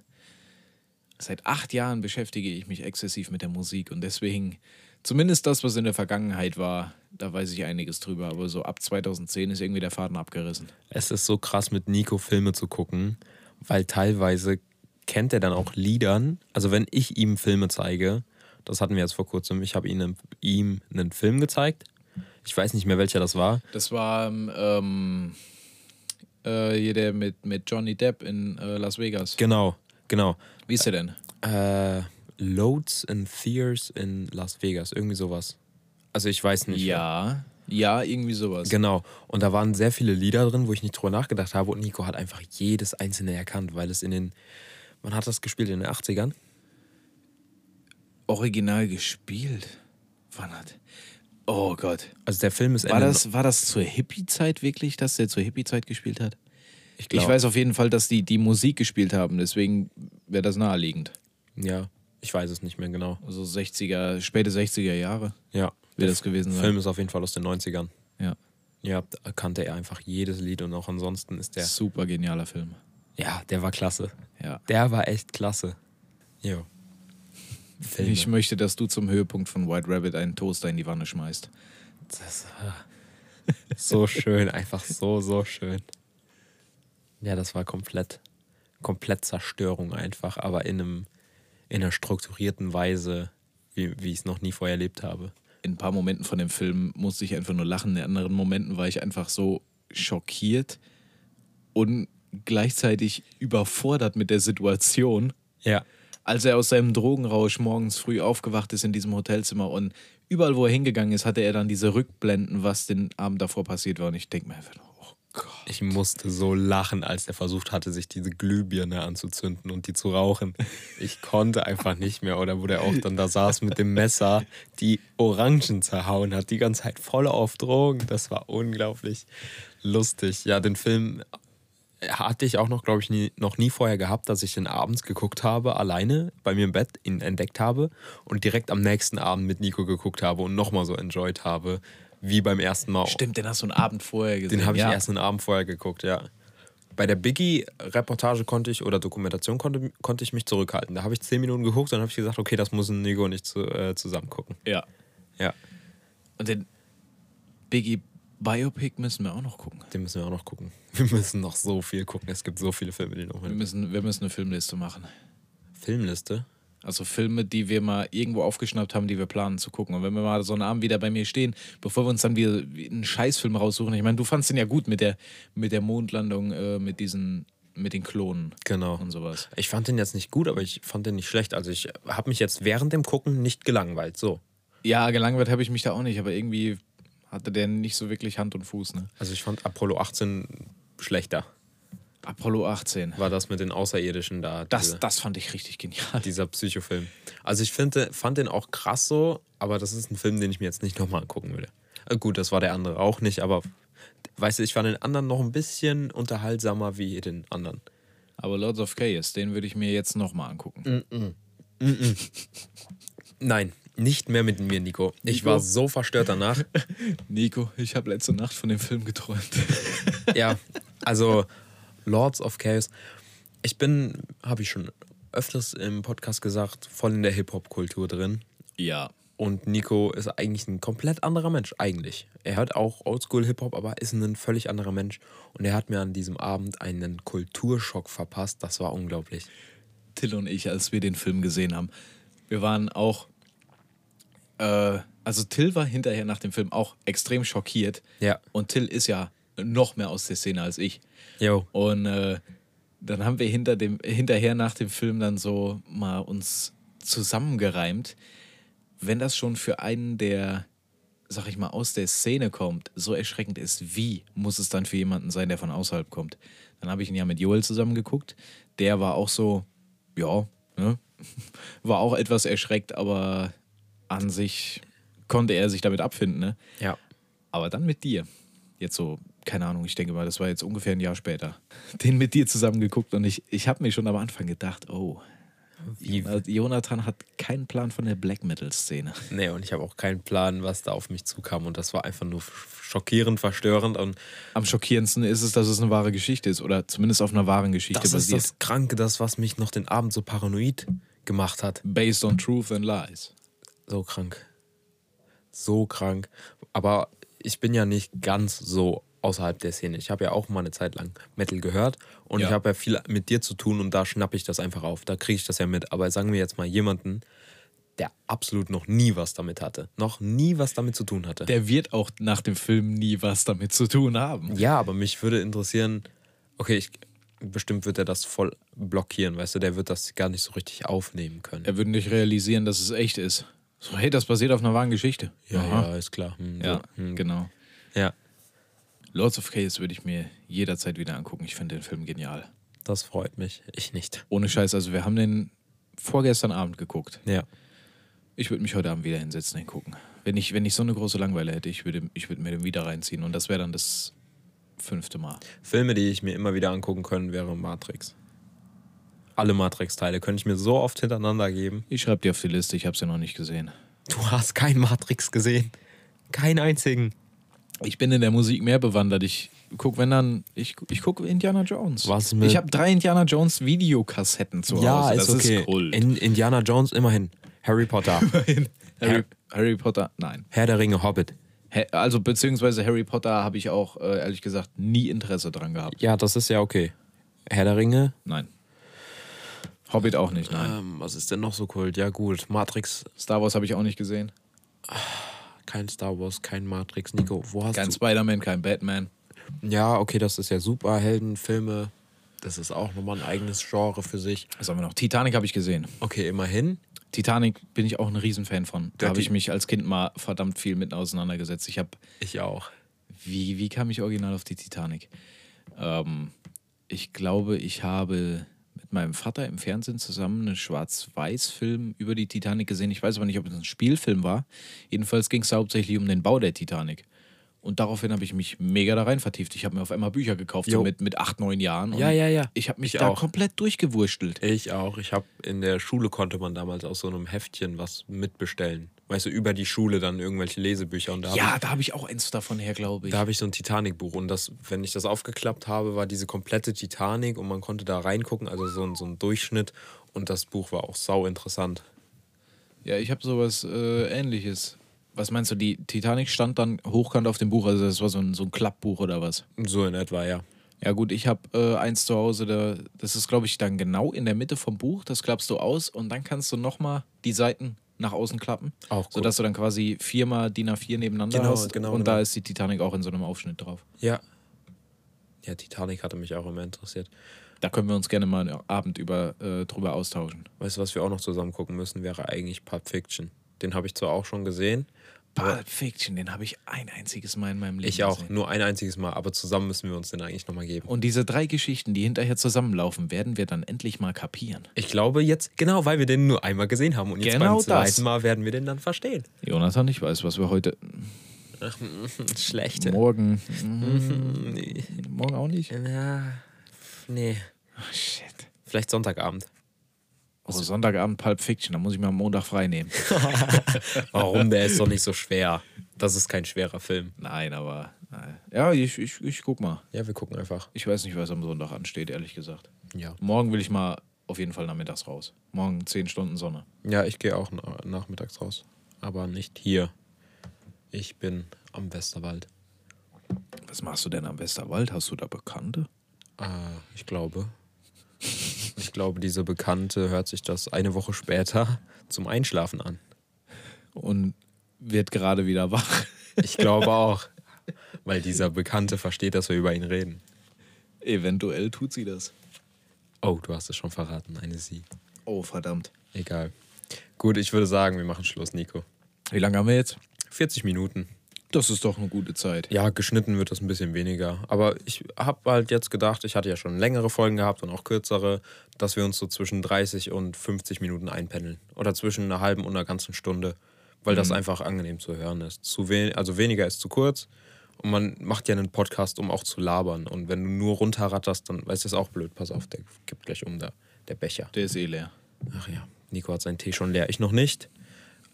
B: Seit acht Jahren beschäftige ich mich exzessiv mit der Musik und deswegen, zumindest das, was in der Vergangenheit war, da weiß ich einiges drüber, aber so ab 2010 ist irgendwie der Faden abgerissen.
A: Es ist so krass, mit Nico Filme zu gucken, weil teilweise kennt er dann auch Liedern. Also wenn ich ihm Filme zeige, das hatten wir jetzt vor kurzem, ich habe ihm, ihm einen Film gezeigt. Ich weiß nicht mehr, welcher das war.
B: Das war ähm, äh, hier der mit, mit Johnny Depp in äh, Las Vegas.
A: Genau, genau.
B: Wie ist der denn?
A: Äh, Loads and Fears in Las Vegas, irgendwie sowas. Also ich weiß nicht.
B: Ja, ja, irgendwie sowas.
A: Genau. Und da waren sehr viele Lieder drin, wo ich nicht drüber nachgedacht habe. Und Nico hat einfach jedes einzelne erkannt, weil es in den. Man hat das gespielt in den 80ern.
B: original gespielt? Wann hat. Oh Gott.
A: Also der Film ist
B: War
A: Ende-
B: das, war das zur Hippie-Zeit wirklich, dass der zur Hippie-Zeit gespielt hat?
A: Ich, glaub,
B: Ich weiß auf jeden Fall, dass die die Musik gespielt haben, deswegen wäre das naheliegend.
A: Ja, ich weiß es nicht mehr genau.
B: Also 60er, späte 60er Jahre
A: Ja.
B: wäre das gewesen sein.
A: Film ist auf jeden Fall aus den 90ern.
B: Ja.
A: Ja, da kannte er einfach jedes Lied und auch ansonsten ist der.
B: Super genialer Film.
A: Ja, der war klasse.
B: Ja.
A: Der war echt klasse. Jo. Filme.
B: Ich möchte, dass du zum Höhepunkt von White Rabbit einen Toaster in die Wanne schmeißt.
A: Das war so schön, einfach so, so schön. Ja, das war komplett, komplett Zerstörung einfach, aber in, einem, in einer strukturierten Weise, wie, wie ich es noch nie vorher erlebt habe.
B: in ein paar Momenten von dem Film musste ich einfach nur lachen. In anderen Momenten war ich einfach so schockiert und gleichzeitig überfordert mit der Situation,
A: Ja.
B: als er aus seinem Drogenrausch morgens früh aufgewacht ist in diesem Hotelzimmer und überall, wo er hingegangen ist, hatte er dann diese Rückblenden, was den Abend davor passiert war. Und ich denke mir einfach, nur, oh Gott.
A: Ich musste so lachen, als er versucht hatte, sich diese Glühbirne anzuzünden und die zu rauchen. Ich konnte einfach nicht mehr. Oder wo der auch dann da saß mit dem Messer, die Orangen zerhauen hat, die ganze Zeit voll auf Drogen. Das war unglaublich lustig. Ja, den Film hatte ich auch noch, glaube ich, nie, noch nie vorher gehabt, dass ich den abends geguckt habe, alleine bei mir im Bett, ihn entdeckt habe und direkt am nächsten Abend mit Nico geguckt habe und nochmal so enjoyed habe, wie beim ersten Mal.
B: Stimmt, den hast du einen Abend vorher gesehen.
A: Den habe ich
B: ja.
A: erst einen Abend vorher geguckt, ja. Bei der Biggie-Reportage konnte ich oder Dokumentation konnte, konnte ich mich zurückhalten. Da habe ich zehn Minuten geguckt und dann habe ich gesagt, okay, das muss ein Nico und ich zu, äh, zusammen gucken.
B: Ja.
A: Ja,
B: Und den Biggie Biopic müssen wir auch noch gucken.
A: den müssen wir auch noch gucken. Wir müssen noch so viel gucken. Es gibt so viele Filme, die noch
B: Wir
A: mit
B: müssen, wir müssen eine Filmliste machen.
A: Filmliste.
B: Also Filme, die wir mal irgendwo aufgeschnappt haben, die wir planen zu gucken. Und wenn wir mal so einen Abend wieder bei mir stehen, bevor wir uns dann wieder einen Scheißfilm raussuchen. Ich meine, du fandst den ja gut mit der, mit der Mondlandung, äh, mit diesen, mit den Klonen
A: Genau.
B: und sowas.
A: Ich fand den jetzt nicht gut, aber ich fand den nicht schlecht. Also ich habe mich jetzt während dem Gucken nicht gelangweilt. So.
B: Ja, gelangweilt habe ich mich da auch nicht, aber irgendwie hatte der nicht so wirklich Hand und Fuß. Ne?
A: Also ich fand Apollo 18 schlechter.
B: Apollo 18.
A: War das mit den Außerirdischen da? diese-
B: Das, das fand ich richtig genial.
A: dieser Psychofilm. Also ich finde, fand den auch krass so, aber das ist ein Film, den ich mir jetzt nicht nochmal angucken würde. Äh, Gut, das war der andere auch nicht, aber weißt du, ich fand den anderen noch ein bisschen unterhaltsamer wie den anderen.
B: Aber Lords of Chaos, den würde ich mir jetzt nochmal angucken.
A: Nein, nicht mehr mit mir, Nico. Ich
B: Nico?
A: war so verstört danach.
B: Nico, ich habe letzte Nacht von dem Film geträumt.
A: ja, also Lords of Chaos. Ich bin, habe ich schon öfters im Podcast gesagt, voll in der Hip-Hop-Kultur drin.
B: ja.
A: Und Nico ist eigentlich ein komplett anderer Mensch, eigentlich. Er hört auch Oldschool-Hip-Hop, aber ist ein völlig anderer Mensch. Und er hat mir an diesem Abend einen Kulturschock verpasst. Das war unglaublich.
B: Till und ich, als wir den Film gesehen haben. Wir waren auch. Äh, also, Till war hinterher nach dem Film auch extrem schockiert.
A: Ja.
B: Und Till ist ja noch mehr aus der Szene als ich.
A: Jo.
B: Und äh, dann haben wir hinter dem, hinterher nach dem Film dann so mal uns zusammengereimt. Wenn das schon für einen, der, sag ich mal, aus der Szene kommt, so erschreckend ist, wie muss es dann für jemanden sein, der von außerhalb kommt? Dann habe ich ihn ja mit Joel zusammengeguckt. Der war auch so, ja, ne? war auch etwas erschreckt, aber an sich konnte er sich damit abfinden. Ne?
A: Ja.
B: Aber dann mit dir. Jetzt so, keine Ahnung, ich denke mal, das war jetzt ungefähr ein Jahr später. Den mit dir zusammen geguckt und ich, ich habe mir schon am Anfang gedacht, oh,
A: Wie,
B: Jonathan hat keinen Plan von der Black Metal-Szene.
A: nee, und ich habe auch keinen Plan, was da auf mich zukam. Und das war einfach nur schockierend, verstörend. Und
B: Am schockierendsten ist es, dass es eine wahre Geschichte ist oder zumindest auf einer wahren Geschichte
A: das ist
B: basiert.
A: das Kranke, das, was mich noch den Abend so paranoid gemacht hat.
B: Based on Truth and Lies.
A: So krank. So krank. Aber ich bin ja nicht ganz so außerhalb der Szene. Ich habe ja auch mal eine Zeit lang Metal gehört und
B: Ja.
A: ich habe ja viel mit dir zu tun und da schnappe ich das einfach auf. Da kriege ich das ja mit. Aber sagen wir jetzt mal jemanden, der absolut noch nie was damit hatte. Noch nie was damit zu tun hatte.
B: Der wird auch nach dem Film nie was damit zu tun haben.
A: ja, aber mich würde interessieren, okay, ich, bestimmt wird er das voll blockieren, weißt du, der wird das gar nicht so richtig aufnehmen können.
B: Er würde nicht realisieren, dass es echt ist. So, hey, das basiert auf einer wahren Geschichte.
A: ja,
B: Aha.
A: ja, ist klar. Hm,
B: ja
A: So. Hm,
B: genau.
A: ja,
B: Lords of Chaos würde ich mir jederzeit wieder angucken. Ich finde den Film genial.
A: das freut mich. Ich nicht.
B: Ohne Scheiß, also wir haben den vorgestern Abend geguckt.
A: Ja.
B: Ich würde mich heute Abend wieder hinsetzen und gucken. Wenn ich, wenn ich so eine große Langeweile hätte, ich würde ich würde mir den wieder reinziehen. Und das wäre dann das fünfte Mal.
A: Filme, die ich mir immer wieder angucken können, wäre Matrix. Alle Matrix-Teile könnte ich mir so oft hintereinander geben.
B: Ich schreibe dir auf die Liste, ich habe sie noch nicht gesehen.
A: Du hast keinen Matrix gesehen. Keinen einzigen.
B: Ich bin in der Musik mehr bewandert. Ich guck, wenn dann, ich, ich gucke Indiana Jones.
A: Was mit-
B: Ich habe drei Indiana Jones Videokassetten zu Hause. das ist Kult.
A: also In, Indiana Jones immerhin. Harry Potter.
B: Harry, Harry Potter, nein.
A: Herr der Ringe, Hobbit.
B: Hä- Also beziehungsweise Harry Potter habe ich auch äh, ehrlich gesagt nie Interesse dran gehabt.
A: Ja, das ist ja okay. Herr der Ringe.
B: Nein. Hobbit auch nicht, nein.
A: Ähm, was ist denn noch so kult? Ja gut, Matrix,
B: Star Wars habe ich auch nicht gesehen.
A: kein Star Wars, kein Matrix. Nico, wo hast
B: Kein
A: du...
B: Spider-Man, kein Batman.
A: Ja, okay, das ist ja Superheldenfilme. Das ist auch nochmal ein eigenes Genre für sich.
B: Was haben wir noch? Titanic habe ich gesehen.
A: Okay, immerhin.
B: Titanic bin ich auch ein Riesenfan von. Da
A: Der
B: habe ich
A: Ti-
B: mich als Kind mal verdammt viel mit auseinandergesetzt. Ich habe,
A: Ich auch.
B: wie, wie kam ich original auf die Titanic? Ähm, ich glaube, ich habe mit meinem Vater im Fernsehen zusammen einen Schwarz-Weiß-Film über die Titanic gesehen. Ich weiß aber nicht, ob es ein Spielfilm war. Jedenfalls ging es hauptsächlich um den Bau der Titanic. Und daraufhin habe ich mich mega da rein vertieft. Ich habe mir auf einmal Bücher gekauft, so
A: Jo.
B: mit, mit acht, neun Jahren. Und
A: Ja, ja, ja.
B: Ich habe mich
A: Ich
B: da
A: auch.
B: komplett durchgewurschtelt.
A: Ich auch. Ich habe in der Schule konnte man damals aus so einem Heftchen was mitbestellen. Weißt du, über die Schule dann irgendwelche Lesebücher und da hab
B: Ja, da habe ich auch eins davon her, glaube ich.
A: Da habe ich so ein Titanic-Buch und das, wenn ich das aufgeklappt habe, war diese komplette Titanic und man konnte da reingucken, also so ein, so ein Durchschnitt und das Buch war auch sau interessant.
B: ja, ich habe sowas äh, ähnliches. Was meinst du, die Titanic stand dann hochkant auf dem Buch, also das war so ein, so ein Klappbuch oder was?
A: So in etwa, ja.
B: Ja gut, ich habe äh, eins zu Hause, da, das ist glaube ich dann genau in der Mitte vom Buch, das klappst du aus und dann kannst du nochmal die Seiten nach außen klappen,
A: Auch gut.
B: sodass du dann quasi viermal DIN A4 nebeneinander
A: Genau,
B: hast
A: genau,
B: und
A: genau.
B: da ist die Titanic auch in so einem Aufschnitt drauf.
A: Ja. Ja, Titanic hatte mich auch immer interessiert.
B: Da können wir uns gerne mal einen Abend über, äh, drüber austauschen.
A: Weißt du, was wir auch noch zusammen gucken müssen, wäre eigentlich Pulp Fiction. Den habe ich zwar auch schon gesehen,
B: Pulp Fiction, den habe ich ein einziges Mal in meinem Leben
A: ich auch,
B: gesehen.
A: nur ein einziges Mal, aber zusammen müssen wir uns den eigentlich nochmal geben.
B: Und diese drei Geschichten, die hinterher zusammenlaufen, werden wir dann endlich mal kapieren.
A: Ich glaube jetzt, genau, weil wir den nur einmal gesehen haben und jetzt
B: Genau
A: beim zweiten
B: das.
A: Mal werden wir den dann verstehen.
B: Jonathan, ich weiß, was wir heute.
A: Schlechte.
B: Morgen. Mhm.
A: Nee.
B: Morgen auch nicht?
A: Ja, nee.
B: Ach, Oh, shit.
A: Vielleicht Sonntagabend.
B: Oh, Sonntagabend Pulp Fiction, da muss ich mir am Montag frei nehmen.
A: Warum? Der ist doch nicht so schwer. Das ist kein schwerer Film.
B: Nein, aber. Nein. Ja, ich, ich, ich guck mal.
A: Ja, wir gucken einfach.
B: Ich weiß nicht, was am Sonntag ansteht, ehrlich gesagt.
A: Ja.
B: Morgen will ich mal auf jeden Fall nachmittags raus. Morgen 10 Stunden Sonne.
A: Ja, ich gehe auch na- nachmittags raus. Aber nicht hier. Ich bin am Westerwald.
B: Was machst du denn am Westerwald? Hast du da Bekannte?
A: Ah, ich glaube. Ich glaube, diese Bekannte hört sich das eine Woche später zum Einschlafen an.
B: Und wird gerade wieder wach.
A: Ich glaube auch. Weil dieser Bekannte versteht, dass wir über ihn reden.
B: Eventuell tut sie das.
A: Oh, du hast es schon verraten. Eine Sie.
B: Oh, verdammt.
A: Egal. Gut, ich würde sagen, wir machen Schluss, Nico.
B: Wie lange haben wir jetzt?
A: 40 Minuten.
B: Das ist doch eine gute Zeit.
A: Ja, geschnitten wird das ein bisschen weniger. Aber ich habe halt jetzt gedacht, ich hatte ja schon längere Folgen gehabt und auch kürzere, dass wir uns so zwischen 30 und 50 Minuten einpendeln. Oder zwischen einer halben und einer ganzen Stunde. Weil das einfach angenehm zu hören ist. Zu wen also weniger ist zu kurz. Und man macht ja einen Podcast, um auch zu labern. Und wenn du nur runterratterst, dann weißt du, ist auch blöd. Pass auf, der gibt gleich um da. Der Becher.
B: Der ist eh leer.
A: Ach ja, Nico hat seinen Tee schon leer. Ich noch nicht.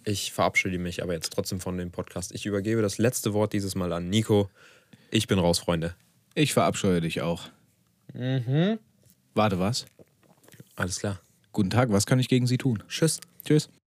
A: Ich verabschiede mich aber jetzt trotzdem von dem Podcast. Ich übergebe das letzte Wort dieses Mal an Nico. Ich bin raus, Freunde.
B: Ich verabscheue dich auch. Mhm. Warte, was?
A: Alles klar.
B: Guten Tag, was kann ich gegen Sie tun?
A: Tschüss.
B: Tschüss.